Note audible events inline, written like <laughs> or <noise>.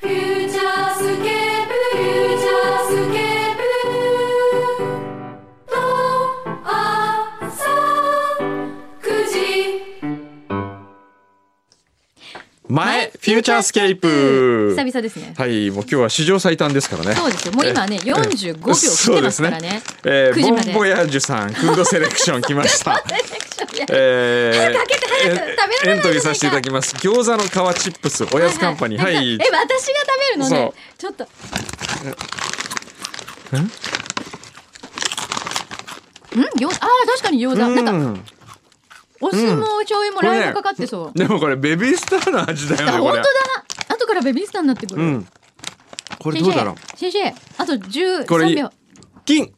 フューチャースケープフューチャースケープル」「とあさ9時」前フューチャースケープ久々ですね。はいもう今日は史上最短ですからねそうですよ。もう今ね、45秒来てますからね。そうですねえ9ー、時ボまで <laughs> ンボヤージュさんフードセレクション来ましたえー、早く開けて早く食べられないじゃないかエントリーさせていただきます餃子の皮チップスおやつカンパニーはい、え、私が食べるのね。ちょっと。ん餃子ああ、確かに餃子。うなんか、んお酢もお醤油もライブがかかってそう。でもこれベビースターの味だよあ、ね本当これだな。後からベビースターになってくうる。んこれ先どうだろ生、先生、あとこれいい13秒。う金